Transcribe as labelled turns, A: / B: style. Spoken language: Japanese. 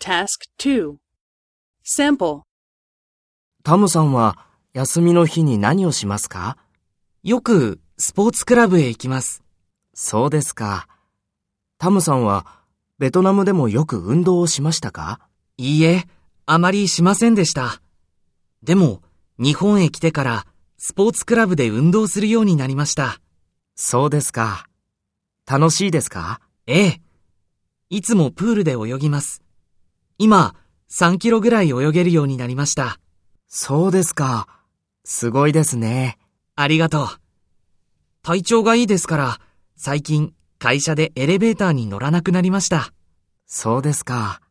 A: Task 2 Sample
B: タムさんは休みの日に何をしますかよくスポーツクラブへ行きます。そうですか。タムさんはベトナムでもよく運動をしましたかいいえ、あまりしませんでした。でも、日本へ来てからスポーツクラブで運動するようになりました。そうですか。楽しいですかええ。いつもプールで泳ぎます。今、3キロぐらい泳げるようになりました。そうですか。すごいですね。ありがとう。体調がいいですから、最近会社でエレベーターに乗らなくなりました。そうですか。